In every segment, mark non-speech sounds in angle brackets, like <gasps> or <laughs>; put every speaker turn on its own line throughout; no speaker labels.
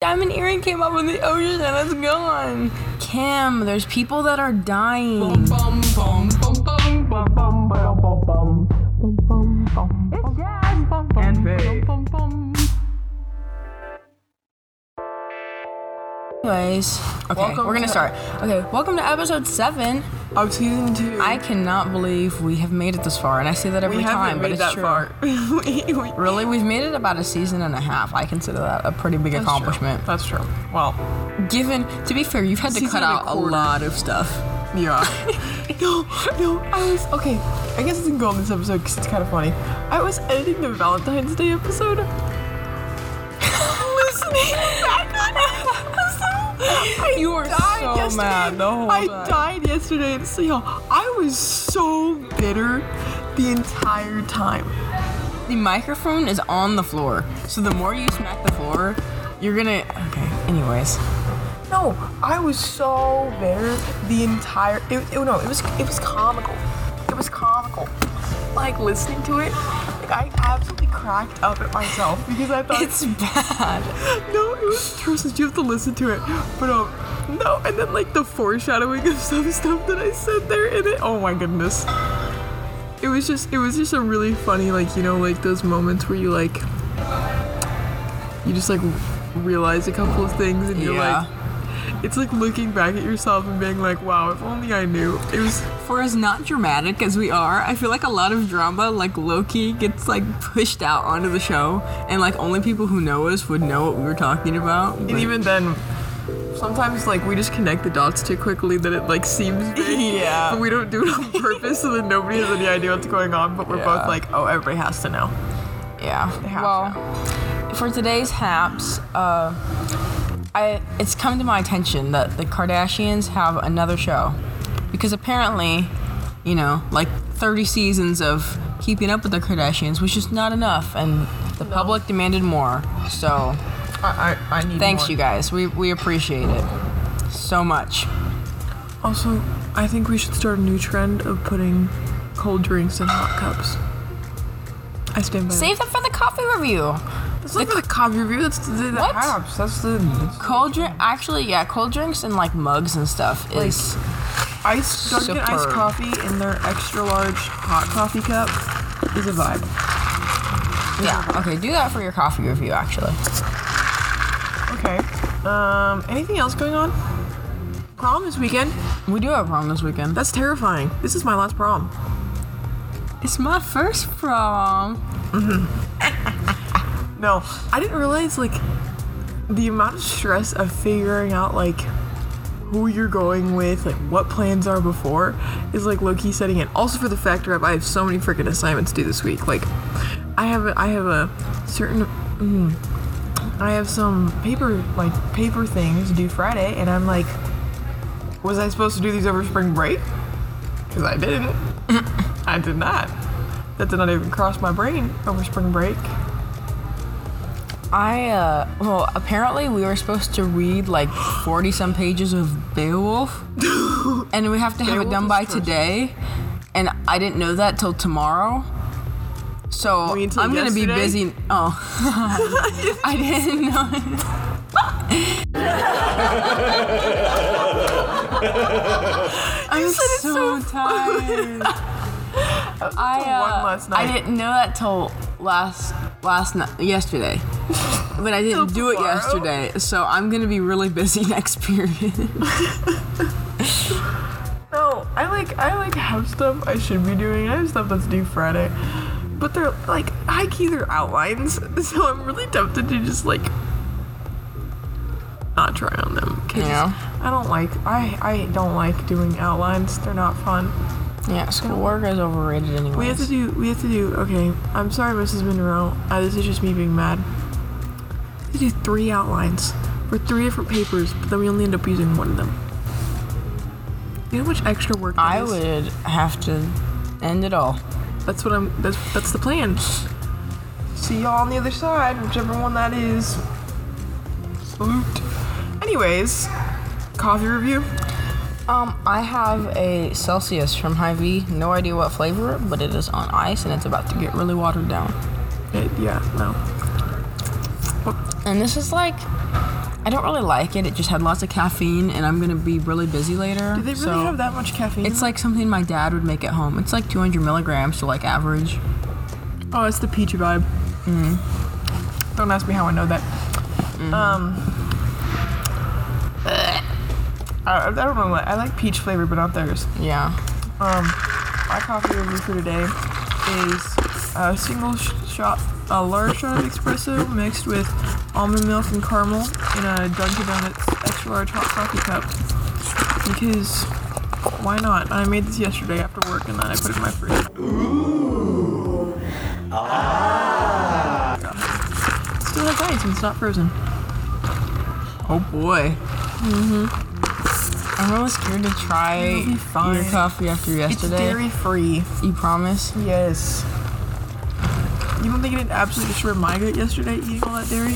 diamond earring came up in the ocean and it's gone. Kim, there's people that are dying.
And Faith.
Anyways, okay,
Welcome
we're gonna
to-
start. Okay, welcome to episode seven.
Of season two. <laughs>
I cannot believe we have made it this far, and I say that every
we
time,
haven't
but
made
it's
that
true.
far. we, we,
Really, we've made it about a season and a half. I consider that a pretty big accomplishment.
That's true. Well,
Given, to be fair, you've had to
Season
cut
and a
out a
quarter.
lot of stuff.
yeah. <laughs> no, no, I was okay. I guess I can go on this episode because it's kind of funny. I was editing the Valentine's Day <laughs> episode. Listening back on that episode, I
You are
died
so
yesterday.
mad the whole
I
time.
died yesterday at sea hall. I was so bitter the entire time.
The microphone is on the floor, so the more you smack the floor, you're gonna. Okay. Anyways,
No, I was so bitter the entire. It, it, no, it was it was comical. It was comical. Like listening to it, like I absolutely cracked up at myself because I thought,
it's bad.
no, it was true. Since you have to listen to it, but um, no, and then like the foreshadowing of some stuff that I said there in it. Oh my goodness. It was just it was just a really funny like you know like those moments where you like you just like realize a couple of things and you're
Yeah.
like it's like looking back at yourself and being like, wow, if only I knew. It was
For as not dramatic as we are, I feel like a lot of drama, like Loki, gets like pushed out onto the show, and like only people who know us would know what we were talking about.
and <laughs> even then sometimes like we just connect the dots too quickly that it like seems big.
Yeah.
But we don't do it on purpose so that nobody has any idea what's going on, but we're
Yeah.
both like, oh everybody has to know.
Yeah.
have
Well, for today's haps, uh, I it's come to my attention that the Kardashians have another show because apparently, you know, like 30 seasons of Keeping Up with the Kardashians was just not enough, and the public demanded more. So
I I, I need
thanks,
more.
you guys. We we appreciate it so much.
Also, I think we should start a new trend of putting cold drinks in hot cups. I stand by
Save that for the coffee review.
that. That's not for the coffee review, that's the, the
What?
apps. That's the
Cold drink, actually, yeah, cold drinks and like mugs and stuff is
Ice Dunkin' iced
Superb.
coffee in their extra large hot coffee cup is a vibe.
yeah. Okay, do that for your coffee review actually.
Okay. Um, anything else going on? Prom this weekend?
We do have prom this weekend.
That's terrifying. This is my last prom.
It's my first prom.
No, I didn't realize like the amount of stress of figuring out like who you're going with, like what plans are before, is like low key setting in. Also for the factor up, I have so many freaking assignments due this week. Like, I have a, I have a certain. Mm, I have some paper like paper things due Friday, and I'm like, was I supposed to do these over spring break? Because I didn't. <laughs> I did not. That did not even cross my brain over spring break.
I, uh, well, apparently we were supposed to read like 40 some pages of
<laughs>
Beowulf, and we have to have it
Beowulf
done
is
by
first.
today. And I didn't know that till tomorrow. So
You mean till
I'm gonna be
yesterday? <laughs>
busy. Oh, <laughs> I didn't know. I'm so, tired. I,
till one
uh,
last
I
night.
didn't know that till last last night yesterday,
<laughs>
but I didn't
Till
do it
tomorrow?
yesterday. So I'm gonna be really busy <laughs> next period.
No, I like I like have stuff I should be doing. I have stuff that's due Friday, but they're like I key their outlines, <laughs> so I'm really tempted to just like not try on them. 'cause
Yeah.
I don't like I I don't like doing outlines. They're not fun.
yeah, schoolwork is overrated anyway.
We have to do we have to do okay. I'm sorry, Mrs. Monroe. Uh, this is just me being mad. We have to do three outlines for three different papers, but then we only end up using one of them. You know how much extra work that
I
is?
would have to end it all.
That's what I'm. That's that's the plan. See y'all on the other side, whichever one that is. Salute. Anyways, coffee review.
Um, I have a Celsius from Hy-Vee. No idea what flavor, but it is on ice and it's about to get really watered down.
It, yeah, no.
And this is like I don't really like it. It just had lots of caffeine, and I'm gonna be really busy later.
Do they really
so
have that much caffeine?
It's like something my dad would make at home. It's like 200 milligrams, so like average.
oh, it's the peachy vibe. Mm. Don't ask me how I know that. Um, I, I don't know. what- I like peach flavor, but not theirs.
Yeah.
Um, my coffee review for today is a single sh- shot, a large shot of espresso mixed with almond milk and caramel in a Dunkin' Donuts extra large hot coffee cup. Because why not? I made this yesterday after work and then I put it in my fridge. Ooh. Ah. Still has ice and it's not frozen.
Oh boy. Mhm. I'm really scared to try
It'll be
your
fine.
coffee after yesterday.
It's dairy free.
You promise?
Yes. You don't think it absolutely destroyed my gut yesterday eating all that
<laughs>
dairy?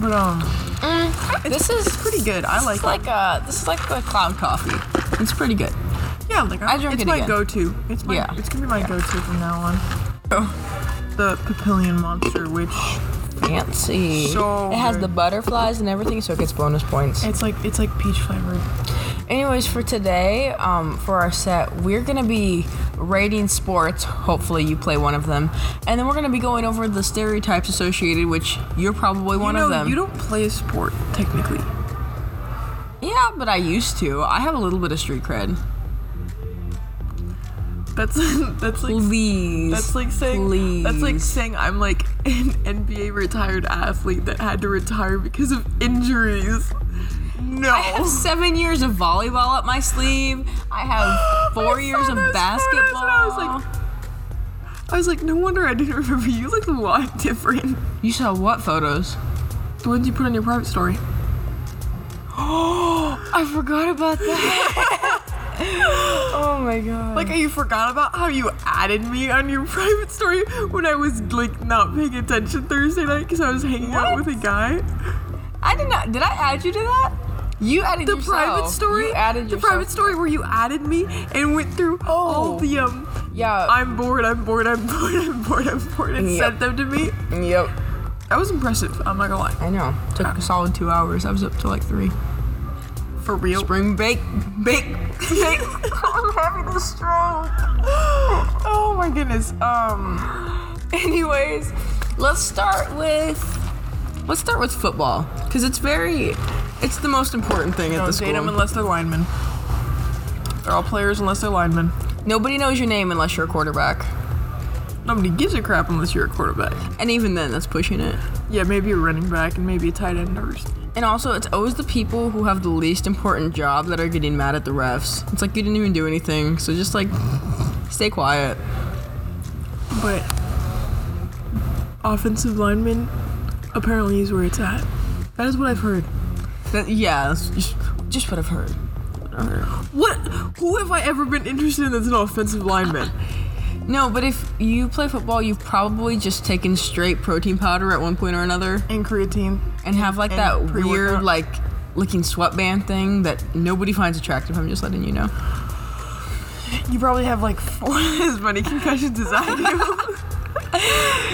but um,
this is
pretty good. I like
It's like uh, this is like the cloud coffee. It's pretty good.
it. Yeah, like I,
I drink
it's
it
my
again.
go-to. It's my
Yeah.
it's gonna be my
Yeah. Oh.
go-to from now on. The Papillion Monster, which
Fancy.
So
it has
good.
the butterflies and everything, so it gets bonus points.
it's like it's like peach flavored.
Anyways, for today, um, for our set, we're gonna be rating sports. Hopefully, you play one of them, and then we're gonna be going over the stereotypes associated, which you're probably one
you know,
of them.
you don't play a sport technically.
yeah, but I used to. I have a little bit of street cred.
That's <laughs> that's like
Please.
That's like saying
Please.
that's like saying I'm like an <laughs> NBA retired athlete that had to retire because of injuries. No.
I have seven years of volleyball up my sleeve. I
<gasps>
have four
I
years
saw
of
those
basketball.
photos and I was like- I was like, no wonder I didn't remember you. You look a lot different.
you saw what photos?
The ones you put on your private story.
I forgot about that.
<laughs>
oh my god.
Like you forgot about how you added me on your private story when I was like not paying attention Thursday night because I was hanging out
What?
with a guy.
I did not. Did I add you to that? You added
The
yourself.
private story.
You added
the
yourself.
private story where you added me and went through all
Oh.
the um
Yeah.
I'm bored, I'm bored, I'm <laughs> bored, I'm bored, I'm bored, and
Yep.
sent them to me.
Mm, yep.
That was impressive, I'm not gonna lie.
I know. Took a solid two hours. I was up till like three.
For real.
Spring bake, bake, bake.
<laughs>
I'm having a stroke.
<gasps> oh my goodness. Um
<laughs> Anyways, let's start with let's start with football because it's very it's the most important thing at the
don't
school.
date them unless they're linemen. They're all players unless they're linemen.
Nobody knows your name unless you're a quarterback,
Nobody gives a crap unless you're a quarterback.
and even then, that's pushing it.
Yeah, maybe a running back and maybe a tight end or
And also, it's always the people who have the least important job that are getting mad at the refs. It's like you didn't even do anything, so just like stay quiet.
But offensive lineman apparently is where it's at. That is what I've heard.
That, yeah, that's just, just what I've heard.
What? Who have I ever been interested in that's an offensive lineman?
No, but if you play football, you've probably just taken straight protein powder at one point or another.
And creatine.
and have like
And
that
pre-workout.
weird like looking sweatband thing that nobody finds attractive. I'm just letting you know.
You probably have like <laughs> four as many concussions as I do.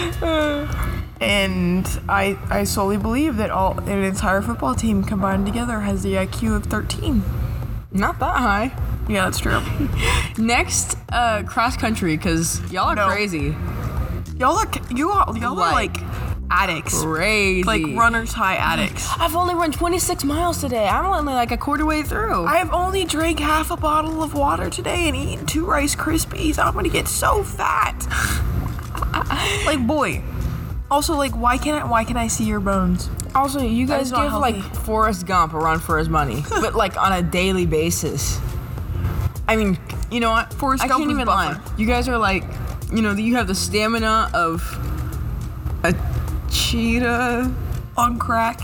and I I solely believe that all an entire football team combined together has the IQ of 13.
Not that high.
Yeah, that's true.
Next, uh, cross country because y'all are
No.
crazy,
Y'all are you all y'all
Like-
are like addicts.
crazy.
Like runners high addicts.
I've only run 26 miles today. I'm only like a quarter way through.
I have only drank half a bottle of water today and eaten two Rice Krispies. I'm gonna get so fat. like boy. Also, like, why can't I, why can I see your bones?
also, you guys
not
give like
healthy.
Forrest Gump a run for his <laughs> money, but like on a daily basis. I mean, you know what?
Forrest
I
Gump
can't
was
even
buffer.
lie. You guys are like, you know, you have the stamina of a cheetah.
on crack.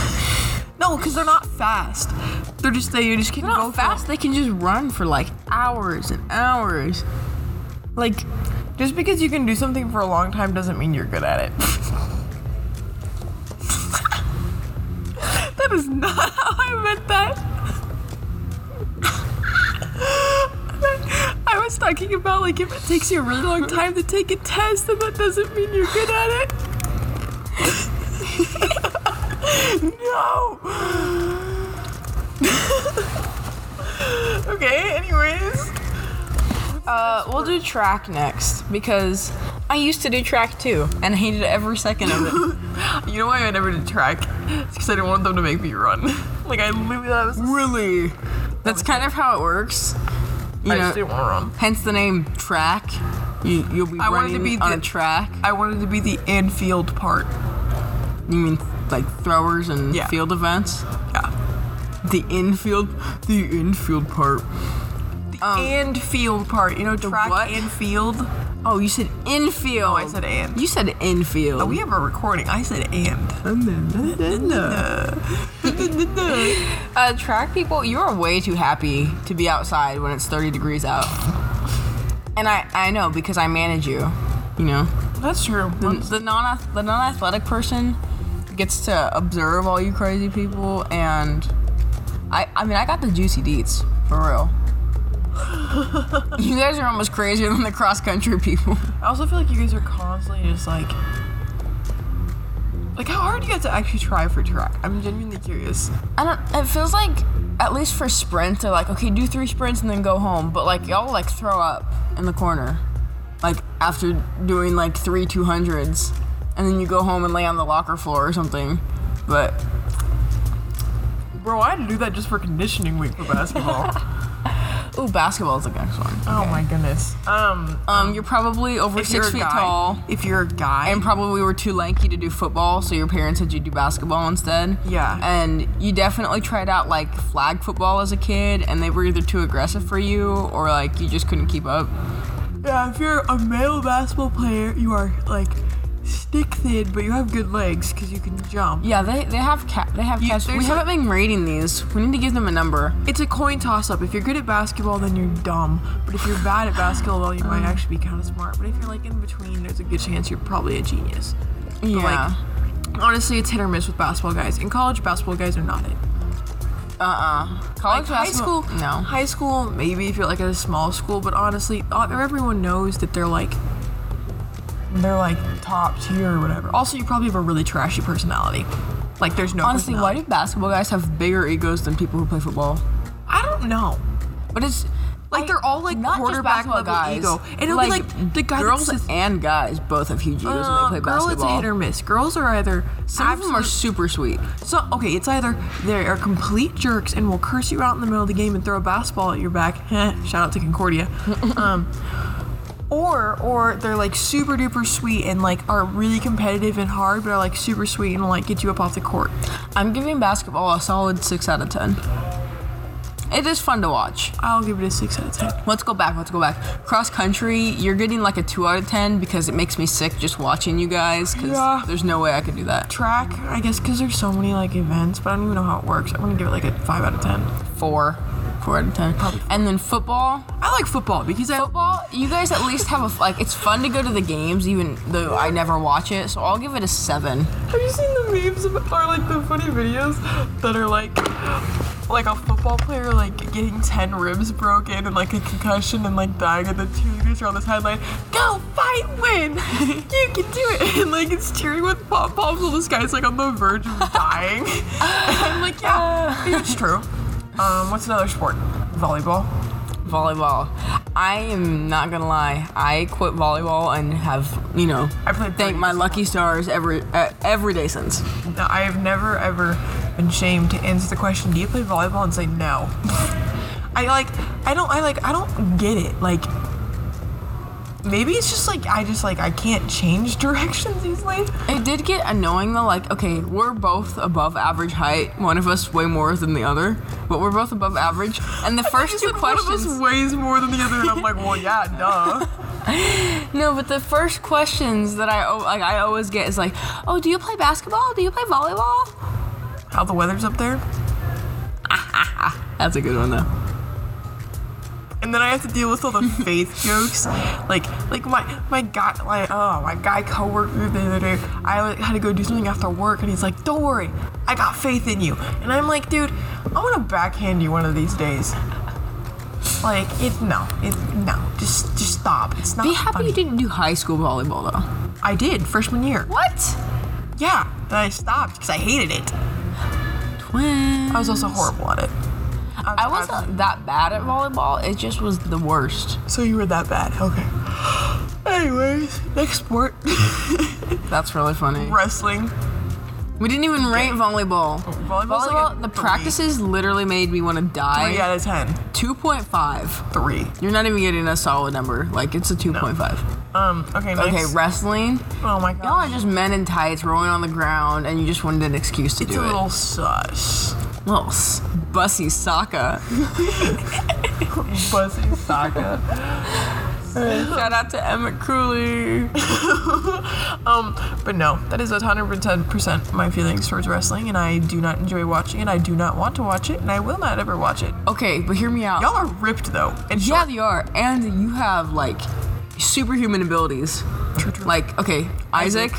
<laughs> no, because they're not fast. They're just they just can
They're
go
not
for
fast. They can just run for like hours and hours. Like,
it. Just because you can do something for a long time doesn't mean you're good at it. <laughs> that is not how I meant that. <laughs> I was talking about like if it takes you a really long time to take a test, then that doesn't mean you're good at it. No. <laughs> okay. Anyways.
Uh, we'll do track next because I used to do track too and hated every second of it.
You know why I never did track? It's because I didn't want them to make me run. <laughs> like I literally that was.
really? That's kind of how it works. You
I
know,
just didn't want to run.
hence the name track. You, you'll be
I wanted
running
to be
on
the-
a track.
I wanted to be the infield part.
You mean like throwers and
Yeah.
field events?
Yeah.
The infield, the infield part.
The and field part. You know, track
what?
and field.
Oh, you said infield.
I said Oh, and.
You said infield.
We have a recording. I said and.
Uh, track people, you are way too happy to be outside when it's 30 degrees out. And I, I know because I manage you, you know.
That's true.
The, the non the non athletic person gets to observe all you crazy people, and I I mean I got the juicy deets for real. you guys are almost crazier than the cross country people.
I also feel like you guys are constantly just like. Like, how hard do you have to actually try for track? I'm genuinely curious.
I don't. It feels like at least for sprints, they're like, okay, do three sprints and then go home. But like y'all like throw up in the corner, like after doing like three two hundreds, and then you go home and lay on the locker floor or something. But
Bro, I had to do that just for conditioning week for basketball.
ooh, basketball is the next one.
<laughs> Oh my goodness. Um,
Um, you're probably over
if
six
you're a
feet
guy-
tall,
If you're a guy,
and probably were too lanky to do football, so your parents had you do basketball instead.
Yeah.
And you definitely tried out like flag football as a kid, and they were either too aggressive for you or like you just couldn't keep up.
yeah, if you're a male basketball player, you are like stick thin, but you have good legs because you can jump.
Yeah, they, they have ca- they have
You-
cats.
there's
We
a-
haven't been rating these. We need to give them a number.
It's a coin toss up. If you're good at basketball, then you're dumb. But if you're bad at basketball, you might actually be kind of smart. But if you're like in between, there's a good chance you're probably a genius. But,
Yeah.
Like, honestly, it's hit or miss with basketball guys. In college, basketball guys are not it.
Uh uh College
high
basketball-
school
No.
high school maybe if you're like at a small school but honestly uh, everyone knows that they're like they're like top tier or whatever also you probably have a really trashy personality like there's no
Honestly, why do
personality.
basketball guys have bigger egos than people who play football?
i don't know
But it's
like they're all like
not just
quarterback
basketball
level
guys.
ego and it'll be like the guy
girls
that's
and guys both have huge egos
uh,
when they play
girl, it's a
basketball.
hit or miss. Girls are either
Some of them are super sweet.
So okay, it's either they are complete jerks and will curse you out in the middle of the game and throw a basketball at your back. <laughs> Heh, Shout out to Concordia. um, or or they're like super duper sweet and like are really competitive and hard, but are like super sweet and will like get you up off the court.
I'm giving basketball a solid six out of ten. It is fun to watch.
I'll give it a six out of ten.
Let's go back. Let's go back. Cross country, you're getting like a two out of ten because it makes me sick just watching you guys. Because
Yeah.
there's no way I could do that.
Track, I guess, because there's so many like events, but I don't even know how it works. I'm gonna give it like a five out of ten.
Four, four out of ten. And then football.
I like football because I
Football, you guys at least have a like. It's fun to go to the games, even though I never watch it. So I'll give it a seven.
Have you seen the memes about, or like the funny videos that are like like a football player like getting ten ribs broken and like a concussion and like dying and the cheerleaders are on this headline, go fight win! <laughs> you can do it and like it's cheering with pop pops while this guy's like on the verge of dying. <laughs> I'm like, yeah, it's true. Um, what's another sport? Volleyball.
Volleyball. I am not gonna lie. I quit volleyball and have you know.
I played
Thank my lucky stars every uh, every day since.
No, I have never ever been shamed to answer the question, "Do you play volleyball?" and say no. <laughs> I like, I don't, I like, I don't get it. Like, maybe it's just like I just like I can't change <laughs> directions easily.
It did get annoying though. Like, okay, we're both above average height. One of us way more than the other, but we're both above average. And the first two
Said One of us
questions.
weighs more than the other, and I'm like,
<laughs>
well, yeah, duh.
No, but the first questions that I al- like, I always get is like, "Oh, do you play basketball? Do you play volleyball?"
How the weather's up there,
That's a good one though.
and then I have to deal with
<laughs>
all the faith jokes, like, like my my guy, like, oh, my guy coworker the other day, I had to go do something after work, and he's like, don't worry, I got faith in you, and I'm like, dude, I'm gonna backhand you one of these days. Like, it no, it no, just just stop. It's not.
Be happy
funny.
you didn't do high school volleyball though.
I did freshman year.
What?
Yeah, and I stopped because I hated it.
twins.
I was also horrible at it.
I wasn't that bad at volleyball. It just was the worst.
So you were that bad. Okay. <gasps> Anyways, next sport <laughs>
That's really funny.
wrestling.
We didn't even rate Oh, volleyball.
volleyball's like
Volleyball,
a
the
three.
practices literally made me want to die.
Three out of ten.
2.5.
Three.
You're not even getting a solid number. Like, it's a 2.5.
Um. Okay. Next.
Okay, wrestling.
oh my
Y'all
god.
are just men in tights rolling on the ground, and you just wanted an excuse to
It's
do
a
it.
little sus.
Little s- bussy <laughs> Saka.
Buzzing saga.
Shout out to Emmett <laughs> Cooley.
<laughs> Um, but no, that is 110% my feelings towards wrestling, and I do not enjoy watching it. I do not want to watch it, and I will not ever watch it.
Okay, but hear me out.
Y'all are ripped though. And
yeah, you are. And you have, like, superhuman abilities.
true, true.
Like, okay, Isaac.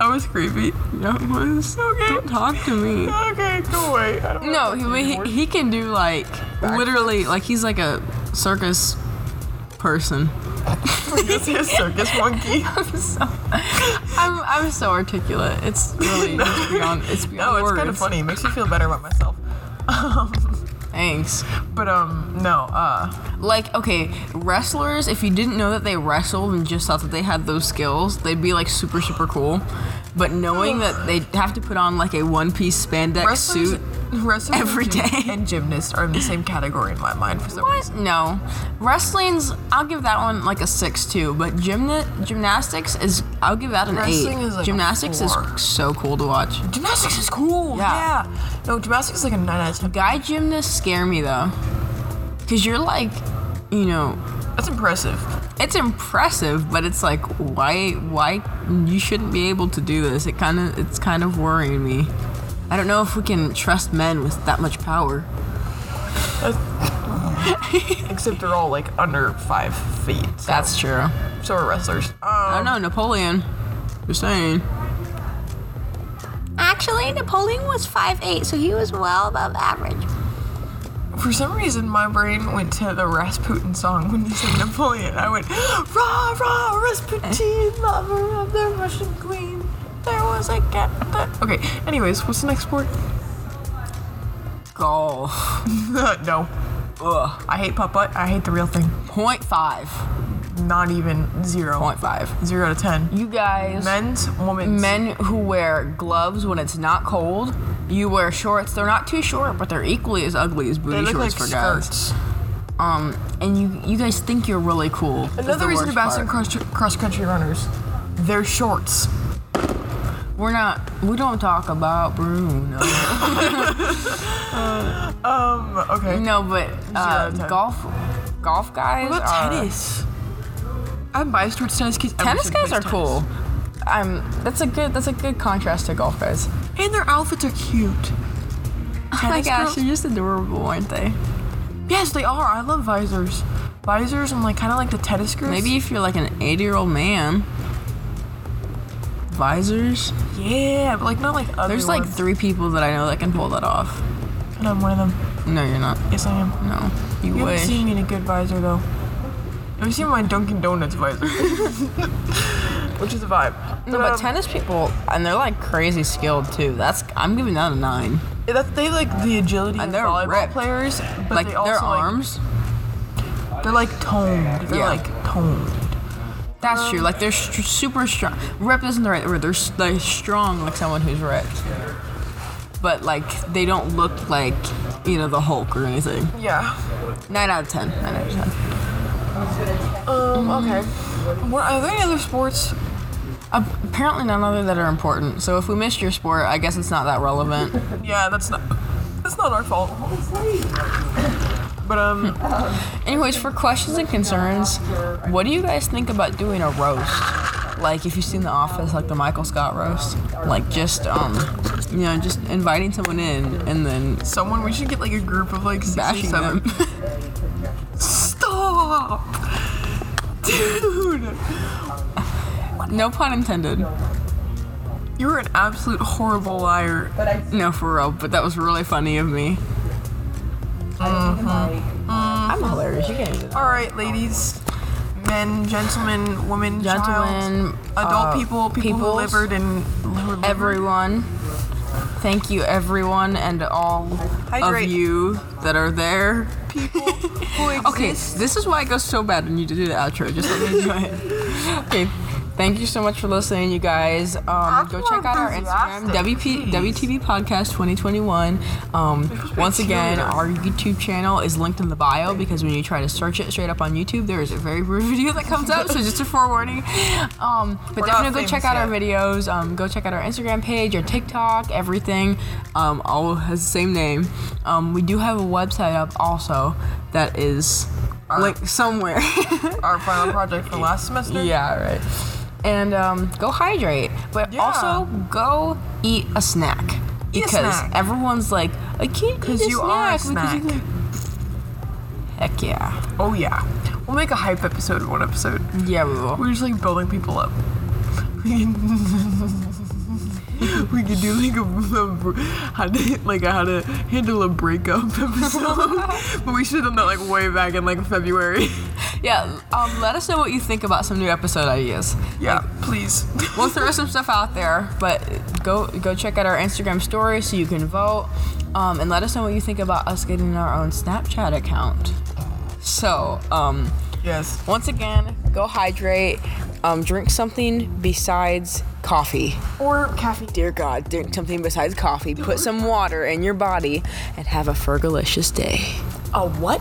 I was creepy.
That was
Okay.
Don't talk to me.
Okay, go away. I don't
No, he,
wanna talk to you
but
anymore.
he, he can do like literally like he's like a circus person.
<laughs> Is he a circus monkey.
<laughs> I'm so I'm, I'm so articulate. It's really it's beyond it's beyond
<laughs> No, Oh, it's
words.
kind of funny. It makes me feel better about myself.
Thanks.
But um, no. Uh,
Like okay, wrestlers. If you didn't know that they wrestled and just thought that they had those skills, they'd be like super super cool. But knowing that they have to put on like a one piece spandex
wrestlers,
suit.
wrestlers
every
and, gym-
day.
and gymnasts are in the same category in my mind for some reason.
What? No, wrestling's. I'll give that one like a six too. But gymna- gymnastics is. I'll give that an
Wrestling
eight.
is, like, a
gymnastics
four.
is so cool to watch.
Gymnastics is cool.
Yeah.
yeah. No, gymnastics is like a nine out of ten.
Guy gymnasts scare me though, cause you're like, you know,
That's impressive.
it's impressive, but it's like why why you shouldn't be able to do this. It kind of it's kind of worrying me. I don't know if we can trust men with that much power.
Except they're all like under five feet. So,
That's true.
so are wrestlers.
I
Um,
don't know, Napoleon. Just saying.
Actually, Napoleon was 5'8, so he was well above average.
for some reason, my brain went to the Rasputin song when you said Napoleon. I went, rah, rah, Rasputin, lover of the Russian queen. There was a cat that. Okay, anyways, what's the next sport? <laughs>
Golf.
no.
Ugh.
I hate putt-putt. I hate the real thing.
Point five.
Not even zero.
Point five.
Zero out of ten.
You guys, men,
Men's, women's.
who wear gloves when it's not cold, you wear shorts. They're not too short, but they're equally as ugly as
They
booty
look like
shorts for guys.
skirts.
Um, and you you guys think you're really cool. is
Another
the
reason
worst
to bash on
part.
cross, cross-country runners. They're shorts.
We're not. We don't talk about <laughs> Bruno.
Um, okay.
no, but
out
uh,
of ten.
golf, golf guys
What
are.
about tennis? Uh, I'm biased towards tennis kids.
Tennis guys are cool. Um, that's a good that's a good contrast to golf <laughs> guys.
And their outfits are cute.
Oh my
Tennis
gosh,
girls-
they're just adorable, aren't they?
Yes, they are. I love visors. Visors and like kind of like the tennis girls.
Maybe if you're like an 80 year old man, visors.
Yeah, but like not like other
There's like
ones.
three people that I know that can pull that off.
And I'm one of them.
No, you're not.
Yes, I am.
No, you
You
wish.
haven't seen me in a good visor though. Have seen my Dunkin' Donuts
<laughs>
visor? Which is a vibe.
no, but
um,
tennis people, and they're like crazy skilled too. That's I'm giving that a nine.
That, they like the agility
And
of
they're
volleyball
ripped.
players, but
like
they also
their
like-
arms.
they're like toned. They're
Yeah.
like toned.
that's true. Like they're str super strong. Rep isn't the right word. They're s- like strong, like someone who's ripped. But like they don't look like you know the Hulk or anything.
Yeah.
Nine out of ten. Nine out of ten.
Um. Okay. What are there any other sports?
Ap- apparently none other that are important. So if we missed your sport, I guess it's not that relevant.
Yeah, that's not. That's not our fault. But um,
Anyways, for questions and concerns, what do you guys think about doing a roast? Like if you've seen The Office, like the Michael Scott roast, like just um, you know, just inviting someone in and then
someone we should get like a group of like six or
bashing
seven.
them.
Stop, dude!
<laughs> no pun intended.
You're an absolute horrible liar.
No, for real. But that was really funny of me.
Uh-huh.
I'm hilarious. You can't do that.
All right, ladies. men, gentlemen, women,
Gentlemen,
child, adult
uh,
people, people who
peoples.
livered and who livered.
everyone. Thank you, everyone, and all
Hydrate.
of you that are there.
people who exist.
Okay, this is why it goes so bad when you do the outro. Just let me do it.
<laughs>
Okay, thank you so much for listening, you guys. Um, go check out our Instagram, WP,
Hmm.
WTB Podcast 2021. Um, once again, our YouTube channel is linked in the bio because when you try to search it straight up on YouTube, there is a very rude <laughs> video that comes up, so just a forewarning. Um, but
not
definitely go check
famous
out our
yet.
videos. Um, go check out our Instagram page, our TikTok, everything. Um, all has the same name. Um, we do have a website up also that is linked somewhere. <laughs>
Our final project for last semester.
yeah, right. And um, go hydrate, but
Yeah.
also go eat a snack
Eat a
because
snack.
everyone's like, I can't eat a
'Cause you are a
snack because you can-" Heck yeah,
Oh yeah. We'll make a hype episode in one episode.
yeah we will.
We're just like building people up. <laughs> We could do like a, a br- how to like a how to handle a breakup episode, <laughs> but we should have done that like way back in like February. <laughs>
Yeah, um, let us know what you think about some new episode ideas.
Yeah, please.
we'll throw some stuff out there, but go go check out our Instagram story so you can vote, um, and let us know what you think about us getting our own Snapchat account. So, um,
Yes.
once again, go hydrate, um, drink something besides coffee.
Or caffeine.
Dear God, drink something besides coffee. Put some water in your body, and have a fergalicious day.
A what?